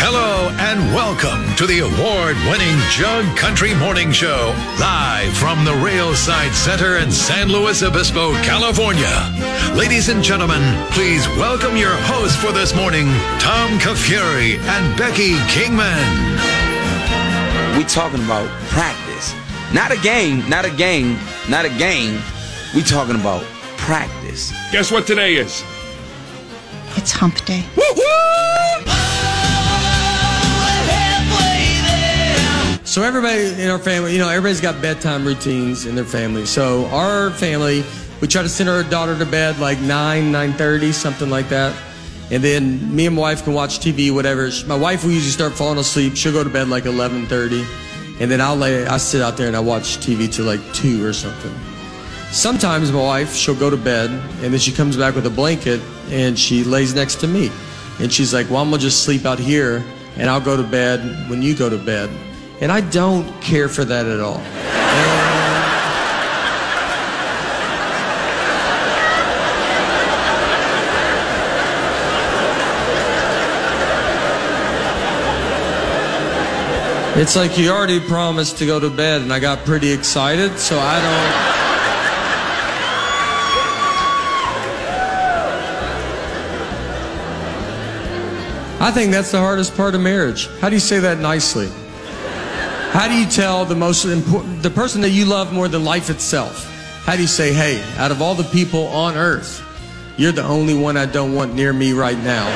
Hello and welcome to the award winning Jug Country Morning Show, live from the Railside Center in San Luis Obispo, California. Ladies and gentlemen, please welcome your hosts for this morning, Tom Kafuri and Becky Kingman. We talking about practice. Not a game, not a game, not a game. We talking about practice. Guess what today is? It's hump day. So everybody in our family, you know, everybody's got bedtime routines in their family. So our family, we try to send our daughter to bed like nine, nine thirty, something like that. And then me and my wife can watch TV, whatever. Sh- My wife will usually start falling asleep. She'll go to bed like eleven thirty, and then I'll lay, I sit out there and I watch TV till like two or something. Sometimes my wife, she'll go to bed and then she comes back with a blanket and she lays next to me. And she's like, Well, I'm gonna just sleep out here and I'll go to bed when you go to bed. And I don't care for that at all. It's like you already promised to go to bed and I got pretty excited, so I don't. I think that's the hardest part of marriage. How do you say that nicely? How do you tell the most important, the person that you love more than life itself? How do you say, hey, out of all the people on earth, you're the only one I don't want near me right now?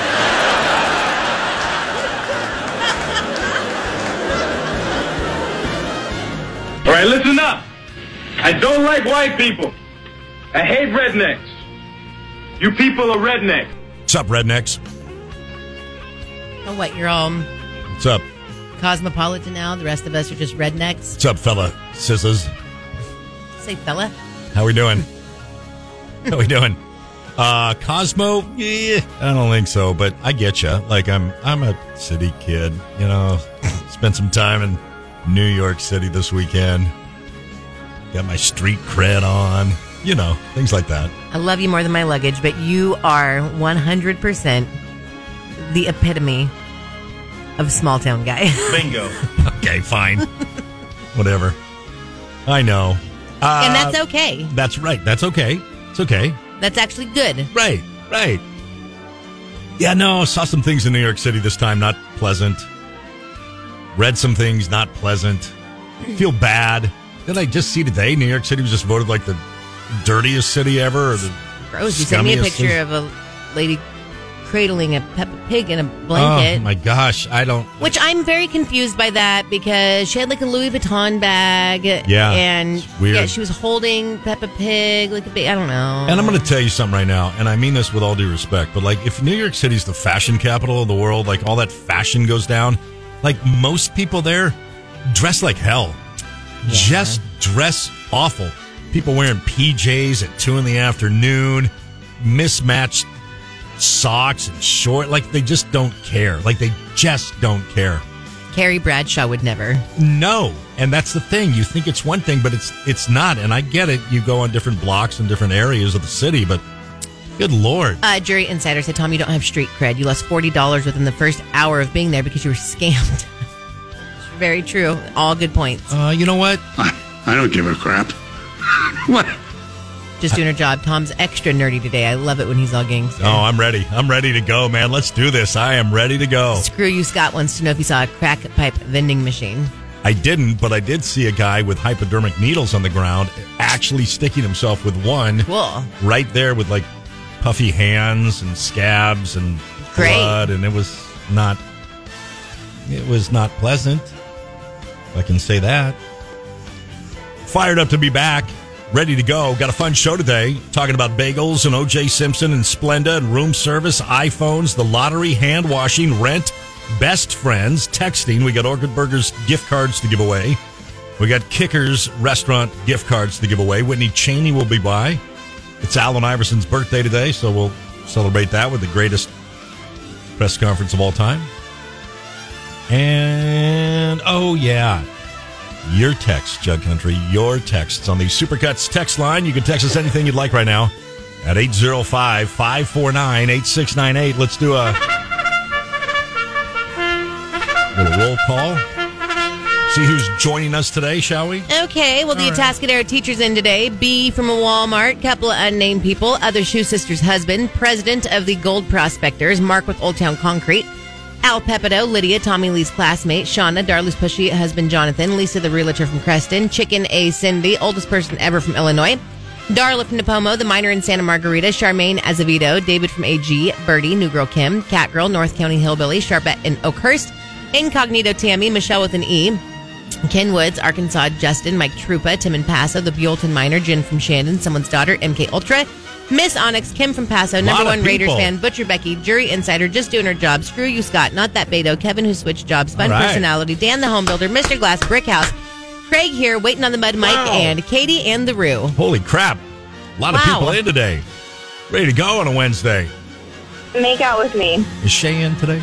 All right, listen up. I don't like white people. I hate rednecks. You people are rednecks. What's up, rednecks? Oh, what? You're all What's up? cosmopolitan now. The rest of us are just rednecks. What's up, fella? Sisses? Say, fella. How we doing? How we doing? Uh, Cosmo? Eh, I don't think so, but I get you. Like I'm, I'm a city kid. You know, spent some time in New York City this weekend. Got my street cred on. You know, things like that. I love you more than my luggage, but you are 100% the epitome of small town guy. Bingo. okay, fine. Whatever. I know. Uh, and that's okay. That's right. That's okay. It's okay. That's actually good. Right, right. Yeah, no, saw some things in New York City this time, not pleasant. Read some things, not pleasant. Feel bad. Did I just see today New York City was just voted like the dirtiest city ever? Or the Gross. You sent me a scummiest picture city? of a lady cradling a Peppa Pig in a Oh blanket. my gosh, I don't. Which I'm very confused by that because she had like a Louis Vuitton bag. Yeah, And it's weird. yeah, she was holding Peppa Pig like a big, I don't know. And I'm going to tell you something right now, and I mean this with all due respect, but like if New York City's the fashion capital of the world, like all that fashion goes down, like most people there dress like hell. Just dress awful. People wearing PJs at two in the afternoon, mismatched socks and short. Like they just don't care. Like they just don't care. Carrie Bradshaw would never. No, and that's the thing. You think it's one thing, but it's it's not. And I get it. You go on different blocks and different areas of the city, but good lord, Uh, jury insider said, Tom, you don't have street cred. You lost forty dollars within the first hour of being there because you were scammed. Very true. All good points. uh, you know what? I don't give a crap. what? Just doing her job. Tom's extra nerdy today. I love it when he's all gangster. Oh, I'm ready. I'm ready to go, man. Let's do this. I am ready to go. Screw you, Scott wants to know if he saw a crack pipe vending machine. I didn't, but I did see a guy with hypodermic needles on the ground, actually sticking himself with one Cool. right there with like puffy hands and scabs and Great. blood, and it was not. It was not pleasant. If I can say that. Fired up to be back, ready to go. Got a fun show today, talking about bagels and O.J. Simpson and Splenda and room service, iPhones, the lottery, hand washing, rent, best friends, texting. We got Orchid Burgers gift cards to give away. We got Kickers restaurant gift cards to give away. Whitney Cheney will be by. It's Allen Iverson's birthday today, so we'll celebrate that with the greatest press conference of all time. And oh yeah, your text, Jug Country, your texts on the Supercuts text line. You can text us anything you'd like right now at 805-549-8698. Let's do a little roll call. See who's joining us today, shall we? Okay, well, the Atascadero teacher's in today. B from a Walmart, couple of unnamed people, other shoe sister's husband, president of the Gold Prospectors, Mark with Old Town Concrete, Al Pepito, Lydia, Tommy Lee's classmate, Shauna, Darla's pushy husband, Jonathan, Lisa, the realtor from Creston, Chicken A. Cindy, oldest person ever from Illinois, Darla from Napomo, the miner in Santa Margarita, Charmaine Azevedo, David from AG, Birdie, New Girl Kim, Catgirl, North County Hillbilly, Sharpette in Oakhurst, Incognito Tammy, Michelle with an E, Ken Woods, Arkansas, Justin, Mike Trupa, Tim in Paso, the Buellton Miner, Jen from Shandon, someone's daughter, MK Ultra, Miss Onyx, Kim from Paso, number of one Raiders people. fan, Butcher Becky, Jury Insider, just doing her job, Screw You Scott, Not That Beto, Kevin who switched jobs, Fun All right. Personality, Dan the Home Builder, Mr. Glass, Brick House, Craig here, Waiting on the Mud, Mike, Wow. and Katie and the Roo. Holy crap. A lot of Wow. people in today. Ready to go on a Wednesday. Make out with me. Is Shay in today?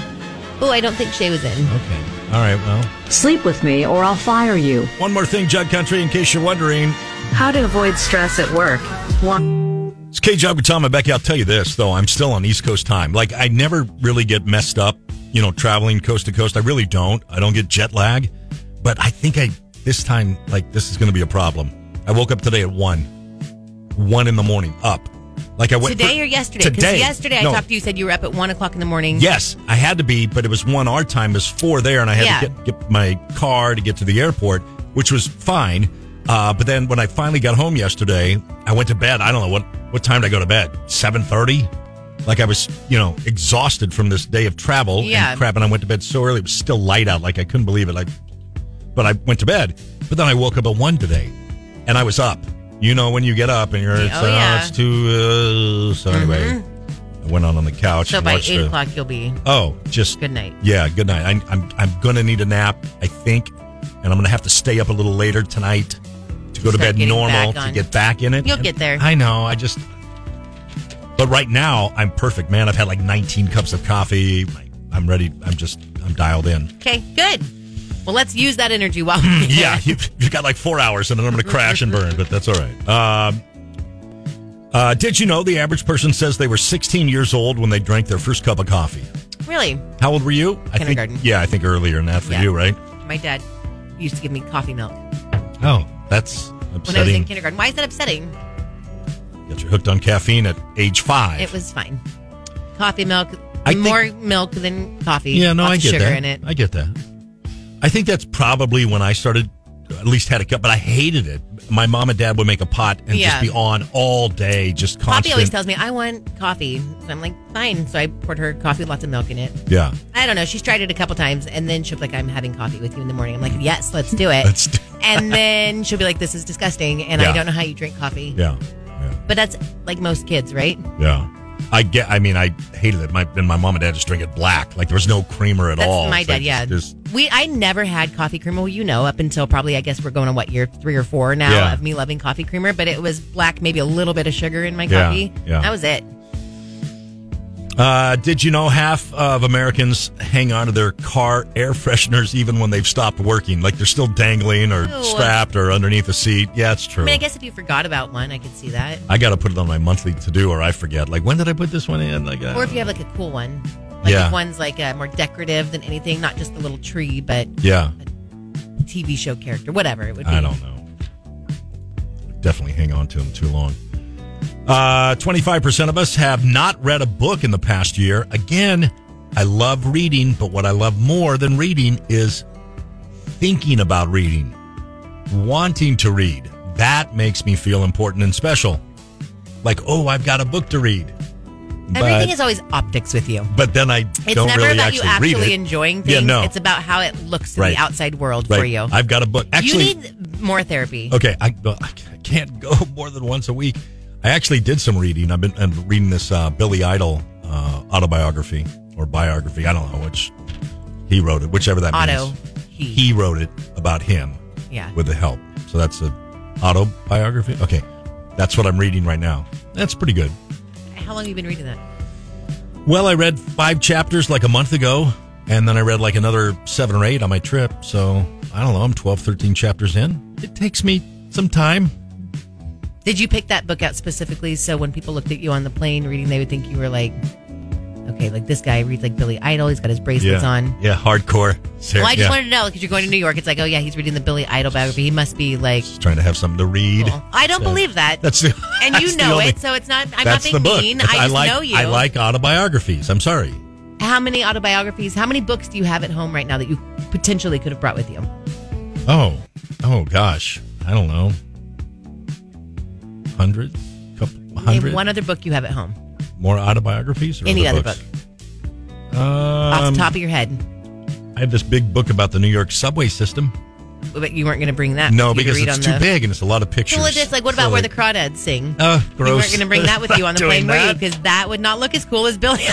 Oh, I don't think Shay was in. Okay. All right, well. Sleep with me or I'll fire you. One more thing, Jug Country, in case you're wondering. How to avoid stress at work. One. It's K Jug with Tom and Becky. I'll tell you this, though. I'm still on East Coast time. Like, I never really get messed up, you know, traveling coast to coast. I really don't. I don't get jet lag. But I think I, this time, like, this is going to be a problem. I woke up today at 1. 1 in the morning, up. Like, I went Today for- or yesterday? 'Cause Today. yesterday No, I talked to you, said you were up at 1 o'clock in the morning. Yes, I had to be, but it was one our time was four there, and I had to Yeah. get, get my car to get to the airport, which was fine. Uh, but then when I finally got home yesterday, I went to bed. I don't know what what time did I go to bed? Seven thirty. Like I was, you know, exhausted from this day of travel Yeah. and crap, and I went to bed so early. It was still light out. Like I couldn't believe it. Like, but I went to bed. But then I woke up at one today, and I was up. You know, when you get up and you're, it's, Oh, oh, yeah. Mm-hmm. it's too. Uh, so anyway, I went on on the couch. So and by watched 8 a- o'clock, you'll be Oh, just good night. yeah, good night. I, I'm I'm gonna need a nap, I think, and I'm gonna have to stay up a little later tonight to go to Start bed getting normal back on. to get back in it. You'll And get there. I know. I just. But right now, I'm perfect, man. I've had like 19 cups of coffee. Like, I'm ready. I'm just I'm dialed in. Okay, good. Well, let's use that energy while we can. Yeah, you've, you've got like four hours, and then I'm gonna crash and burn. But that's all right. Um, uh, did you know the average person says they were 16 years old when they drank their first cup of coffee? Really? How old were you? I Kindergarten. Think, yeah, I think earlier than that for Yeah. you, right? My dad used to give me coffee milk Oh, that's when I was in upsetting. kindergarten. Why is that upsetting? Got you hooked on caffeine at age five. It was fine. Coffee milk, I think- more milk than coffee. yeah, no, Lots I of get sugar that. in it. I get that. I think that's probably when I started, at least had a cup, but I hated it. My mom and dad would make a pot and Yeah. just be on all day, just Poppy constant. always tells me I want coffee, and I'm like, fine. So I poured her coffee, with lots of milk in it. yeah, I don't know. She's tried it a couple times, and then she'll be like, "I'm having coffee with you in the morning." I'm like, "Yes, let's do it." Let's do- and then she'll be like, "This is disgusting," and Yeah. I don't know how you drink coffee. yeah, yeah, But that's like most kids, right? yeah. I get. I mean, I hated it. My and my mom and dad just drink it black. Like there was no creamer at That's all. my It's dad. like yeah, Just, we I never had coffee creamer. Well, you know, up until probably I guess we're going on what year three or four now Yeah. of me loving coffee creamer. But it was black, maybe a little bit of sugar in my Yeah, coffee. yeah. That was it. Uh, did you know half of Americans hang on to their car air fresheners even when they've stopped working? Like they're still dangling or Ew. strapped or underneath a seat. Yeah, it's true. I mean, I guess if you forgot about one, I could see that. got to put it on my monthly to do or I forget. Like when did I put this one in? Like uh, I Or if don't you have like a cool one, like Yeah. if one's like uh, more decorative than anything, not just the little tree, but know. yeah, TV show character, whatever it would be. I don't know. Definitely hang on to them too long. Uh, 25% of us have not read a book in the past year. Again, I love reading, but what I love more than reading is thinking about reading, wanting to read. That makes me feel important and special. Like, oh, I've got a book to read. Everything But, is always optics with you. but then I It's don't never really about actually you read actually it. enjoying Yeah, things. no. It's about how it looks to Right. the outside world Right. for you. I've got a book. Actually, you need more therapy. Okay, I, well, I can't go more than once a week. I actually did some reading. I've been I'm reading this uh, Billy Idol uh, autobiography or biography. I don't know which he wrote it, whichever that Auto. means. He. Oh, He wrote it about him E. Yeah. with the help. So that's a autobiography. Okay, that's what I'm reading right now. That's pretty good. How long have you been reading that? Well, I read five chapters like a month ago, and then I read like another seven or eight on my trip. So I don't know. I'm 12, 13 chapters in. It takes me some time. Did you pick that book out specifically so when people looked at you on the plane reading, they would think you were like, okay, like this guy reads like Billy Idol. He's got his bracelets on. Yeah, hardcore. Ser- Well, I just yeah. wanted to know because you're going to New York. It's like, oh yeah, he's reading the Billy Idol biography. He must be like, Just trying to have something to read. cool. I don't So- believe that. That's the, and that's you the know only- it, so it's not. I'm that's not the being book. mean. I That's- just like, know you. I like autobiographies. I'm sorry. How many autobiographies? How many books do you have at home right now that you potentially could have brought with you? Oh, oh gosh, I don't know. Hundred, couple Name hundred. one other book you have at home. more autobiographies or Any other books? Um, Off the top of your head, I have this big book about the New York subway system. but you weren't going to bring that. No, with Uh, you to because read it's on too the- big and it's a lot of pictures. Well, it is. Like, what about So, where the like, crawdads sing? Uh, You gross. weren't going to bring that with you on the Doing plane, were you? that. Because that would not look as cool as Billy.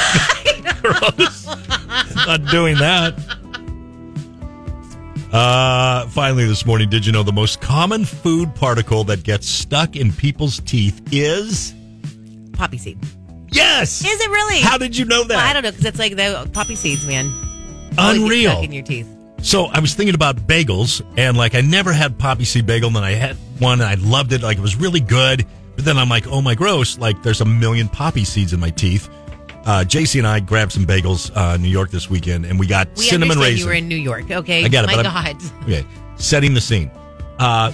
Not doing that. Uh, finally, this morning, did you know the most common food particle that gets stuck in people's teeth is poppy seed. yes? Is it really? How did you know that? Well, I don't know because it's like the poppy seeds, man. Always get Unreal. stuck in your teeth. So I was thinking about bagels, and like I never had poppy seed bagel, and then I had one, and I loved it. Like it was really good. But then I'm like, oh my gross! Like there's a million poppy seeds in my teeth. Uh, JC and I grabbed some bagels uh, in New York this weekend, and we got We cinnamon understand raisin. you were in New York. Okay, I got it. My but God, I'm- okay, setting the scene. Uh,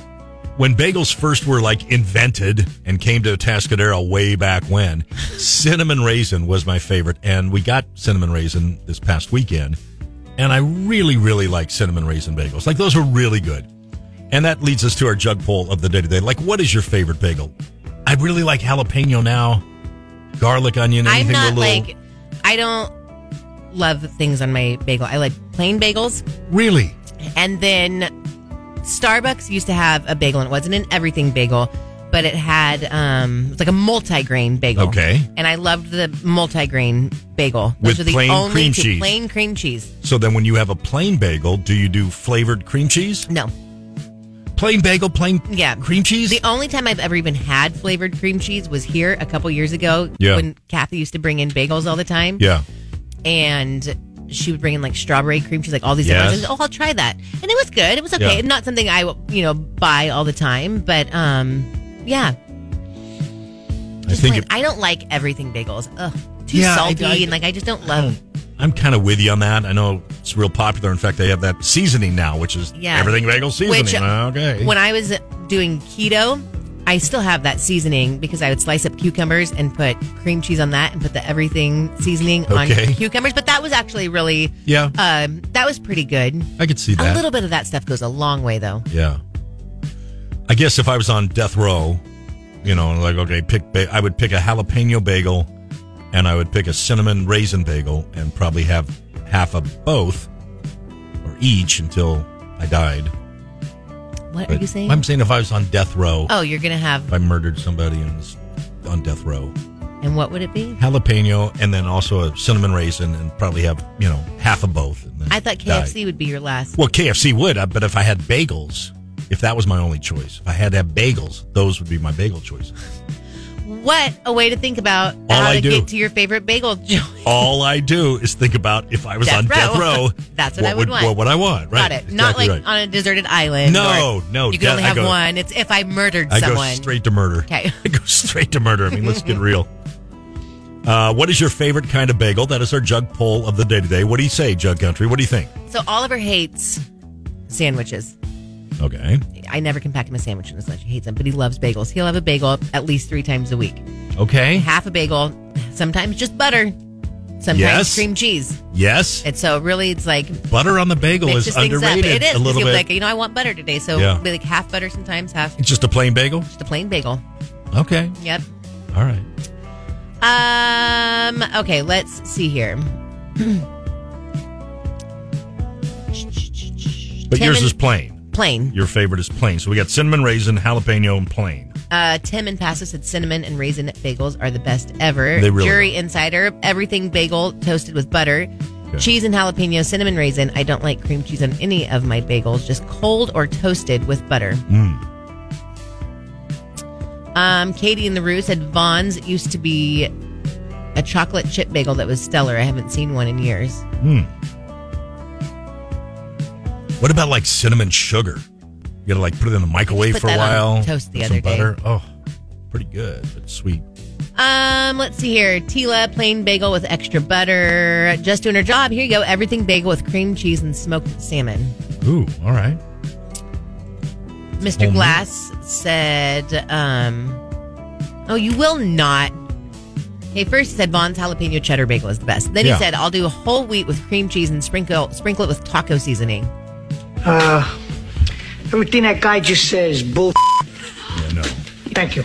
when bagels first were like invented and came to Tascadero way back when, cinnamon raisin was my favorite, and we got cinnamon raisin this past weekend. And I really, really like cinnamon raisin bagels. Like those were really good. And that leads us to our jug poll of the day today. Like, what is your favorite bagel? I really like jalapeno now, garlic, onion, I'm anything not with a little. like I don't love things on my bagel. I like plain bagels, really? and then Starbucks used to have a bagel, and it wasn't an everything bagel, but it had um, it was like a multigrain bagel. Okay. and I loved the multigrain bagel. With Those were the plain only cream two- cheese. Plain cream cheese. So then, when you have a plain bagel, do you do flavored cream cheese? No, Plain bagel, plain Yeah. cream cheese. The only time I've ever even had flavored cream cheese was here a couple years ago Yeah. when Kathy used to bring in bagels all the time. yeah, And she would bring in like strawberry cream cheese, like all these Yes. different things. Oh, I'll try that. And it was good. It was okay. Yeah. Not something I, you know, buy all the time, but um, yeah. I Just think plain- it, I don't like everything bagels. Ugh, too Yeah, I- Mm. salty. I- and like, I just don't love. I'm kind of with you on that. I know it's real popular. In fact, they have that seasoning now, which is Yeah. everything bagel seasoning. Which, uh, okay, When I was doing keto, I still have that seasoning because I would slice up cucumbers and put cream cheese on that and put the everything seasoning Okay. on cucumbers. But that was actually really, Yeah. um, that was pretty good. I could see A that. little bit of that stuff goes a long way, though. yeah, I guess if I was on death row, you know, like okay, pick ba- I would pick a jalapeno bagel, and I would pick a cinnamon raisin bagel, and probably have half of both or each until I died. What are But you saying? I'm saying if I was on death row, oh, you're gonna if have, I murdered somebody and was on death row. and what would it be? jalapeno and then also a cinnamon raisin and probably have you know half of both and then I thought die. KFC would be your last. well kfc would uh, but if i had bagels if that was my only choice if i had to have bagels those would be my bagel choices What a way to think about All how I to do- get to your favorite bagel joint. all i do is think about if i was Death on death row. row That's what I would want. what would i want right Got it. Not Exactly like right. on a deserted island. No, or- no, You can that- only I have go- one. It's if I murdered i someone. go straight to murder Okay. i go straight to murder i mean let's get real uh, what is your favorite kind of bagel? That is our jug poll of the day today. What do you say, Jug Country? What do you think? So Oliver hates sandwiches. Okay. I never can pack him a sandwich unless he hates them, but he loves bagels. He'll have a bagel at least three times a week. Okay. Half a bagel, sometimes just butter, sometimes Yes. cream cheese. Yes. And so really it's like Butter on the bagel mixes is things underrated up. It is. a 'cause little he'll bit. be like, you know, I want butter today. So Yeah. it'll be like half butter sometimes, half It's just a plain bagel. just a plain bagel. Okay. Yep. All right. Um. Okay. Let's see here. But Tim yours and- is plain. Plain. Your favorite is plain. So we got cinnamon raisin, jalapeno, and plain. Uh, Tim and Pasta said cinnamon and raisin bagels are the best ever. They really Jury Insider, everything bagel toasted with butter, cheese and jalapeno, cinnamon raisin. I don't like cream cheese on any of Mm. my bagels, just cold or toasted with butter. Um, Katie in the Roo said Vaughn's used to be a chocolate chip bagel that was stellar. I haven't seen one in years. Hmm. What about like cinnamon sugar? You gotta like put it in the microwave Put for a that on while. toast the put other some day. butter. Oh, pretty good, but sweet. Um, let's see here. Tila, plain bagel with extra butter. Just doing her job. Here you go. Everything bagel with cream cheese and smoked salmon. Ooh, all right. Mr. Homemade. Glass said, um, oh, you will not. He first said Vaughn's jalapeno cheddar bagel is the best. Then Yeah. he said, I'll do a whole wheat with cream cheese and sprinkle sprinkle it with taco seasoning. Uh, everything that guy just says, bull. Yeah, no. Thank you.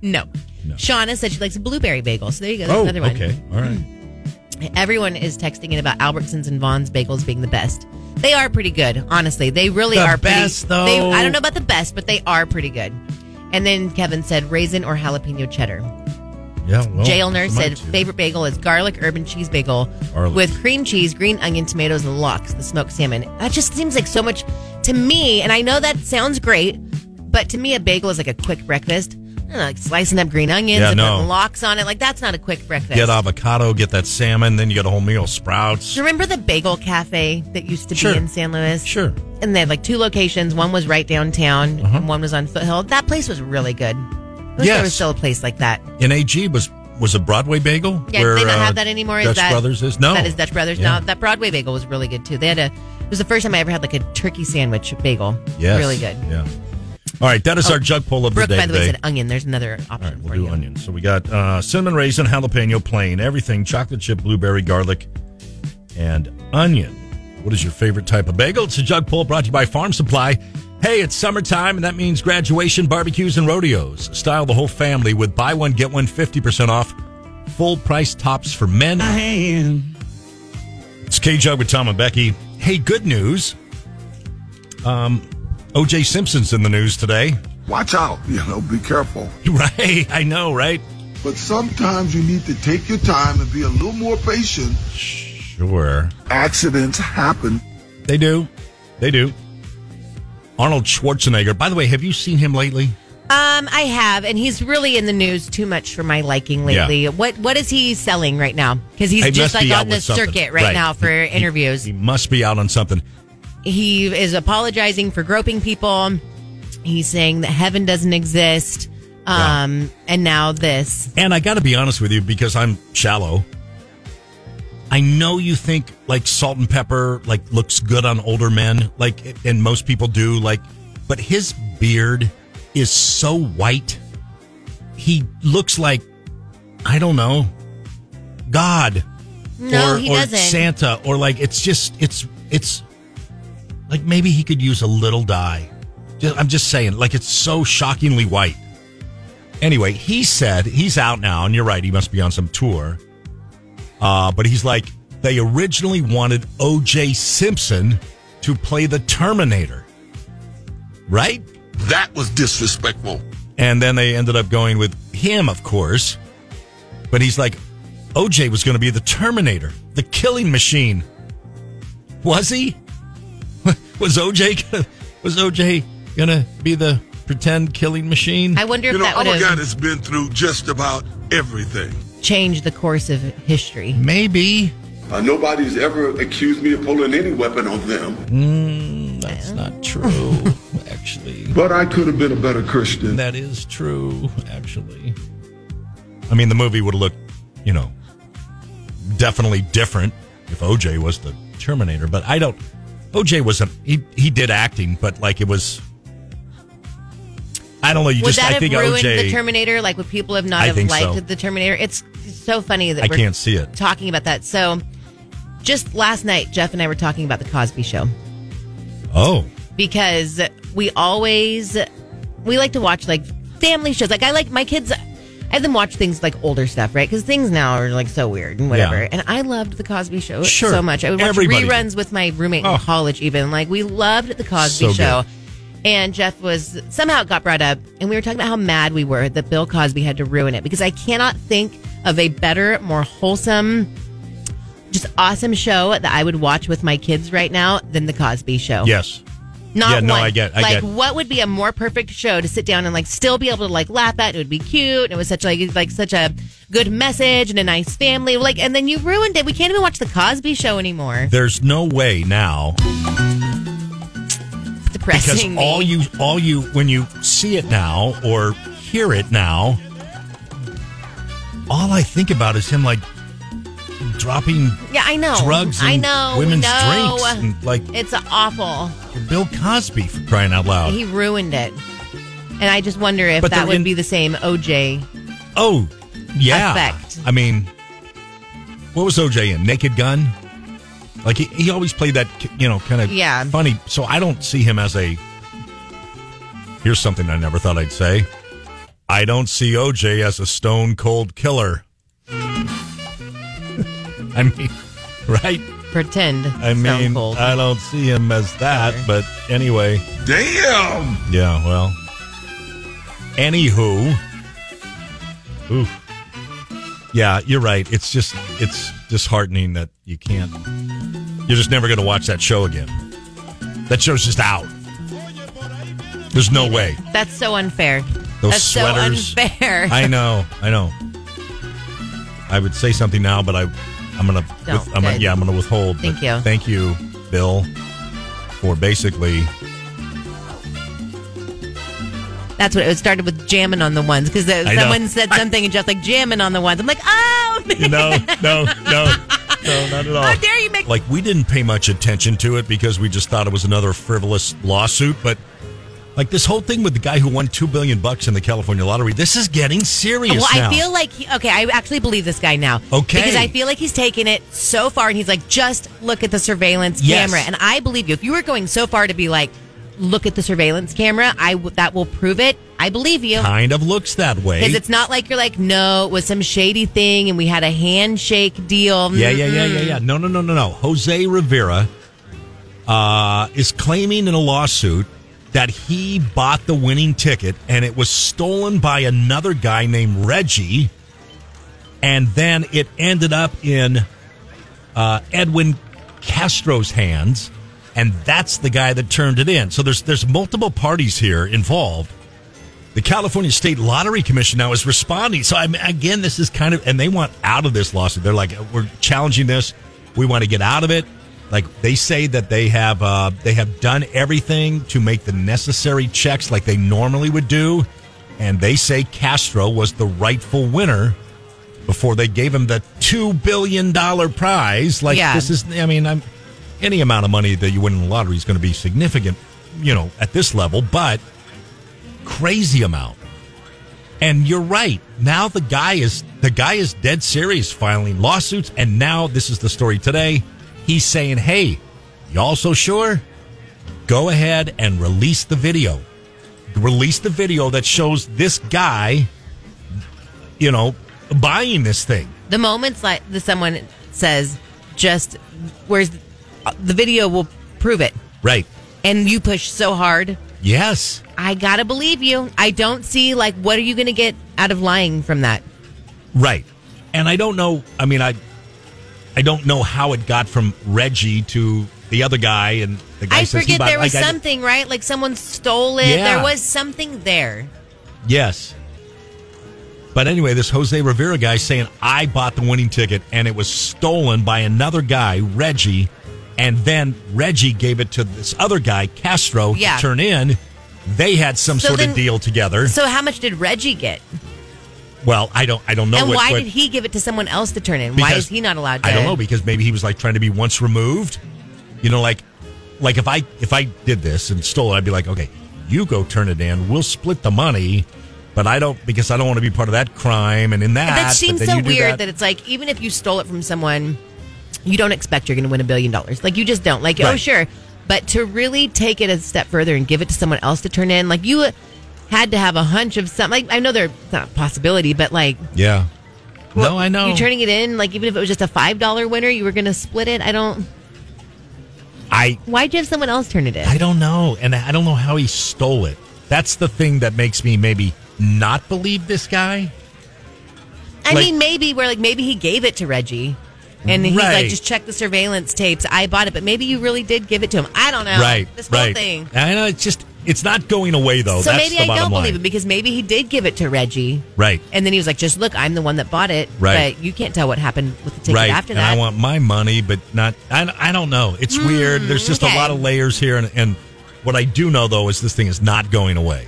No. Shauna said she likes a blueberry bagel. So there you go. That's oh, another one. okay. All right. Everyone is texting in about Albertsons and Vaughn's bagels being the best. They are pretty good, honestly. They really The are best, pretty, though. They, I don't know about the best, but they are pretty good. And then Kevin said raisin or jalapeno cheddar. Yeah. Well, Jail nurse mine said too. favorite bagel is garlic urban cheese bagel Garlic. with cream cheese, green onion, tomatoes, and lox, the smoked salmon. That just seems like so much to me, and I know that sounds great, but to me a bagel is like a quick breakfast. I don't know, like slicing up green onions Yeah, and no. putting lox on it. Like that's not a quick breakfast. Get avocado, get that salmon, then you got a whole meal, sprouts. Do you remember the bagel cafe that used to Sure. be in San Luis? Sure. And they had like two locations. One was right downtown and one was on Foothill. That place was really good. I wish Uh-huh. Yes. there was still a place like that. In AG was was a Broadway bagel. Yeah, where, do they not uh, have that anymore? Dutch is that, Brothers is no. That is Dutch Brothers. Yeah. No, that Broadway bagel was really good too. They had a. It was the first time I ever had like a turkey sandwich bagel. Yes. really good. Yeah. All right, that is Oh, our jug pull of Brooke, the day. by the way, today. said onion. There's another All option right, for we'll do you. onions. So we got uh, cinnamon raisin, jalapeno, plain, everything, chocolate chip, blueberry, garlic, and onion. What is your favorite type of bagel? It's a jug pull brought to you by Farm Supply. Hey, it's summertime, and that means graduation, barbecues, and rodeos. Style the whole family with buy one, get one 50% off. Full price tops for men. It's K Jug with Tom and Becky. Hey, good news. Um, OJ Simpson's in the news today. Watch out, you know, be careful. Right, I know, right? But sometimes you need to take your time and be a little more patient. Sure. Accidents happen. They do. They do. Arnold Schwarzenegger. By the way, have you seen him lately? Um, I have, and he's really in the news too much for my liking lately. Yeah. What What is he selling right now? Because he's He must just like be out on the with something. circuit right, now for He- he- interviews. He must be out on something. He is apologizing for groping people. He's saying that heaven doesn't exist. Um, and now this. And I got to be honest with you because I'm shallow. I know you think like salt and pepper like looks good on older men, like and most people do, like but his beard is so white. He looks like I don't know, God. No, or, he or doesn't. Santa or like it's just it's it's like maybe he could use a little dye. Ju- I'm just saying, like it's so shockingly white. Anyway, he said he's out now, and you're right, he must be on some tour. Uh, but he's like, they originally wanted O.J. Simpson to play the Terminator, right? That was disrespectful. And then they ended up going with him, of course. But he's like, OJ was going to be the Terminator, the killing machine. Was he? Was OJ gonna, was OJ going to be the pretend killing machine? I wonder You if know, that would our guy have that's been through just about everything. changed the course of history. Maybe. Uh, nobody's ever accused me of pulling any weapon on them. Hmm, that's not true, actually. But I could have been a better Christian. That is true, actually. I mean, the movie would have looked, you know, definitely different if OJ was the Terminator, but I don't. OJ wasn't. He he did acting, but like it was. I don't know. You would just. that I have think ruined OJ. the Terminator? Like, would people have not I have think liked so. the Terminator? It's so funny that I we're can't see it. talking about that. So, just last night, Jeff and I were talking about the Cosby Show Oh, because we always we like to watch like family shows. Like, I like my kids. I have them watch things like older stuff, right? Because things now are like so weird and whatever. Yeah. And I loved the Cosby Show Sure. so much. I would watch Everybody did. reruns with my roommate Oh. in college. Even like we loved the So Cosby good. Show. And Jeff was somehow it got brought up, and we were talking about how mad we were that Bill Cosby had to ruin it because I cannot think of a better, more wholesome, just awesome show that I would watch with my kids right now than the Cosby Show. yes. Not Yeah, no, one. I get- I like, get. what would be a more perfect show to sit down and like still be able to like laugh at? It would be cute. And it was such like like such a good message and a nice family. Like, and then you ruined it. We can't even watch the Cosby Show anymore. There's no way now It's because depressing. me. all you all you when you see it now or hear it now, all I think about is him like dropping yeah, I know. drugs I in know. women's no. drinks and, like- it's awful. Bill Cosby for crying out loud. He ruined it. And I just wonder if Oh. But that they're would in- be the same OJ. oh, yeah. Effect. I mean, what was OJ in? Naked Gun. Like he, he always played that you know kind of Yeah. funny. So I don't see him as a. Here's something I never thought I'd say. I don't see OJ as a stone cold killer. I mean, right? Pretend. I mean, uh, I don't see him as that, but anyway. Damn! Yeah, well. Anywho. Oof. Yeah, you're right. It's just, it's disheartening that you can't, you're just never going to watch that show again. That show's just out. There's no way. That's so unfair. Those That's sweaters. so unfair. I know, I know. I would say something now, but I, I'm gonna, Don't. with, I'm gonna Good. yeah, I'm gonna withhold. but Thank you. thank you, Bill, for basically. That's what it was. started with jamming on the ones because I know. someone said something and Jeff like jamming on the ones. I'm like, oh, man. No, no, no, no, not at all. how dare you make? Like we didn't pay much attention to it because we just thought it was another frivolous lawsuit, but. Like this whole thing with the guy who won two billion bucks in the California lottery. This is getting serious. Well, now. I feel like he, okay. I actually believe this guy now. Okay. because I feel like he's taken it so far, and he's like, just look at the surveillance Yes. camera, and I believe you. If you were going so far to be like, look at the surveillance camera, I w- that will prove it. I believe you. kind of looks that way. Because it's not like you're like, no, it was some shady thing and we had a handshake deal. Yeah, yeah, yeah, yeah, yeah. No, no, no, no, no. Jose Rivera uh, is claiming in a lawsuit that he bought the winning ticket and it was stolen by another guy named Reggie. And then it ended up in uh, Edwin Castro's hands. And that's the guy that turned it in. So there's there's multiple parties here involved. The California State Lottery Commission now is responding. So I mean, again, this is kind of, and they want out of this lawsuit. They're like, we're challenging this. We want to get out of it. Like they say that they have, uh, they have done everything to make the necessary checks, like they normally would do, and they say Castro was the rightful winner before they gave him the two billion dollar prize. Like Yeah. this is, I mean, I'm any amount of money that you win in the lottery is going to be significant, you know, at this level, but crazy amount. And you're right. Now the guy is the guy is dead serious filing lawsuits, and now this is the story today. He's saying, "Hey, y'all so sure? Go ahead and release the video. Release the video that shows this guy, you know, buying this thing." The moments like the someone says, just where's the video will prove it. Right? And you push so hard. Yes. I got to believe you. I don't see, like, what are you going to get out of lying from that? Right. And I don't know. I mean, I I don't know how it got from Reggie to the other guy, and the guy I says he forget bought- there was like, I- something, right? Like someone stole it. Yeah. There was something there. Yes. But anyway, this Jose Rivera guy saying I bought the winning ticket and it was stolen by another guy, Reggie, and then Reggie gave it to this other guy, Castro, Yeah. to turn in. They had some So sort then- of deal together. So how much did Reggie get? well, I don't I don't know and what, why what- did he give it to someone else to turn in? why Because- is he not allowed to? I don't know because maybe he was like trying to be once removed. You know, like like if I if I did this and stole it, I'd be like, okay, you go turn it in. We'll split the money, but I don't because I don't want to be part of that crime and in that. that but seems then so you do weird that. it's like even if you stole it from someone you don't expect you're going to win a billion dollars like you just don't like oh Right. sure but to really take it a step further and give it to someone else to turn in like you had to have a hunch of something like i know there's not a possibility but like yeah. no, I know. you turning it in like even if it was just a five dollar winner you were going to split it i don't I why'd you have someone else turn it in I don't know, and I don't know how he stole it. That's the thing that makes me maybe not believe this guy. I like- mean maybe we're like maybe he gave it to reggie And he's Right. like, just check the surveillance tapes. I bought it, but maybe you really did give it to him. I don't know. Right. This whole right. thing. I know it's just it's not going away though. so Oh, That's maybe the I bottom don't line. believe it because maybe he did give it to Reggie. Right. And then he was like, just look, I'm the one that bought it. Right. But you can't tell what happened with the ticket right. after and that. Hmm, I want my money, but not. I, I don't know. It's weird. There's just okay. a lot of layers here, and, and what I do know though is this thing is not going away.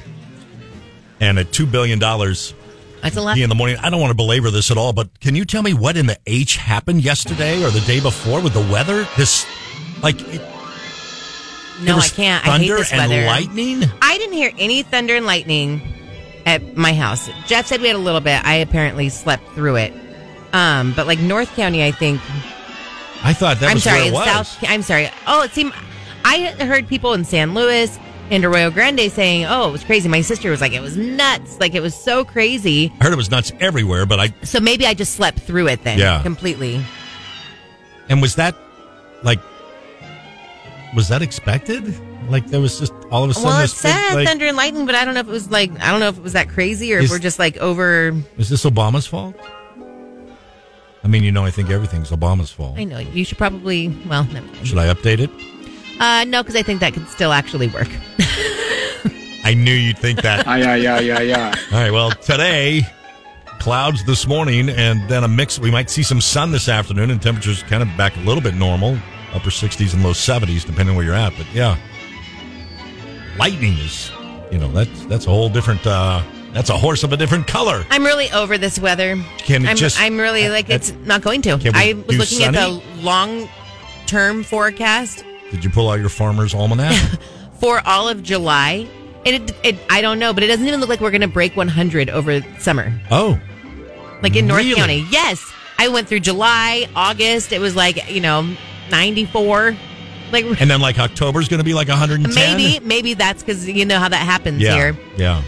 And at two billion dollars, That's a lot. in the morning. I don't want to belabor this at all, but can you tell me what in the H happened yesterday or the day before with the weather? This, like, it, there no, I was can't. I hate Thunder this and weather. lightning. I didn't hear any thunder and lightning at my house. Jeff said we had a little bit. I apparently slept through it. Um, but like North County, I think I thought that I'm was sorry, where it in was. South. I'm sorry. Oh, it seemed I heard people in San Luis and Arroyo Grande saying, "Oh, it was crazy." My sister was like, "It was nuts. Like it was so crazy." I heard it was nuts everywhere, but I So maybe I just slept through it then, Yeah. completely. and was that like was that expected? Like there was just all of a sudden Well, it this big, said like, thunder and lightning, but I don't know if it was like I don't know if it was that crazy or Is- if we're just like over. is this Obama's fault? I mean, you know, I think everything's Obama's fault. I know you should probably. Well, never mind. Should I update it? Uh, no, because I think that could still actually work. I knew you'd think that. Aye, aye, aye, aye, aye. All right. Well, today clouds this morning, and then a mix. We might see some sun this afternoon, and temperatures kind of back a little bit normal, upper 60s and low 70s, depending where you're at. But yeah, lightning is, you know, that's that's a whole different. uh That's a horse of a different color. I'm really over this weather. Can it I'm, just- I'm really like that- it's not going to. Can we I was do looking at the long term forecast Did you pull out your farmer's almanac? for all of July, and it, it I don't know, but it doesn't even look like we're going to break 100 over summer, oh, like in North Really? County. Yes, I went through July, August. It was like you know 94. Like and then like October's going to be like 110. maybe maybe that's because you know how that happens Yeah. here. Yeah.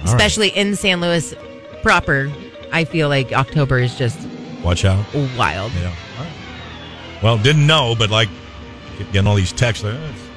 All right. especially in San Luis proper. I feel like October is just Watch out. wild. Yeah. All right. Well, didn't know, but like keep getting all these texts. Like, "Oh, it's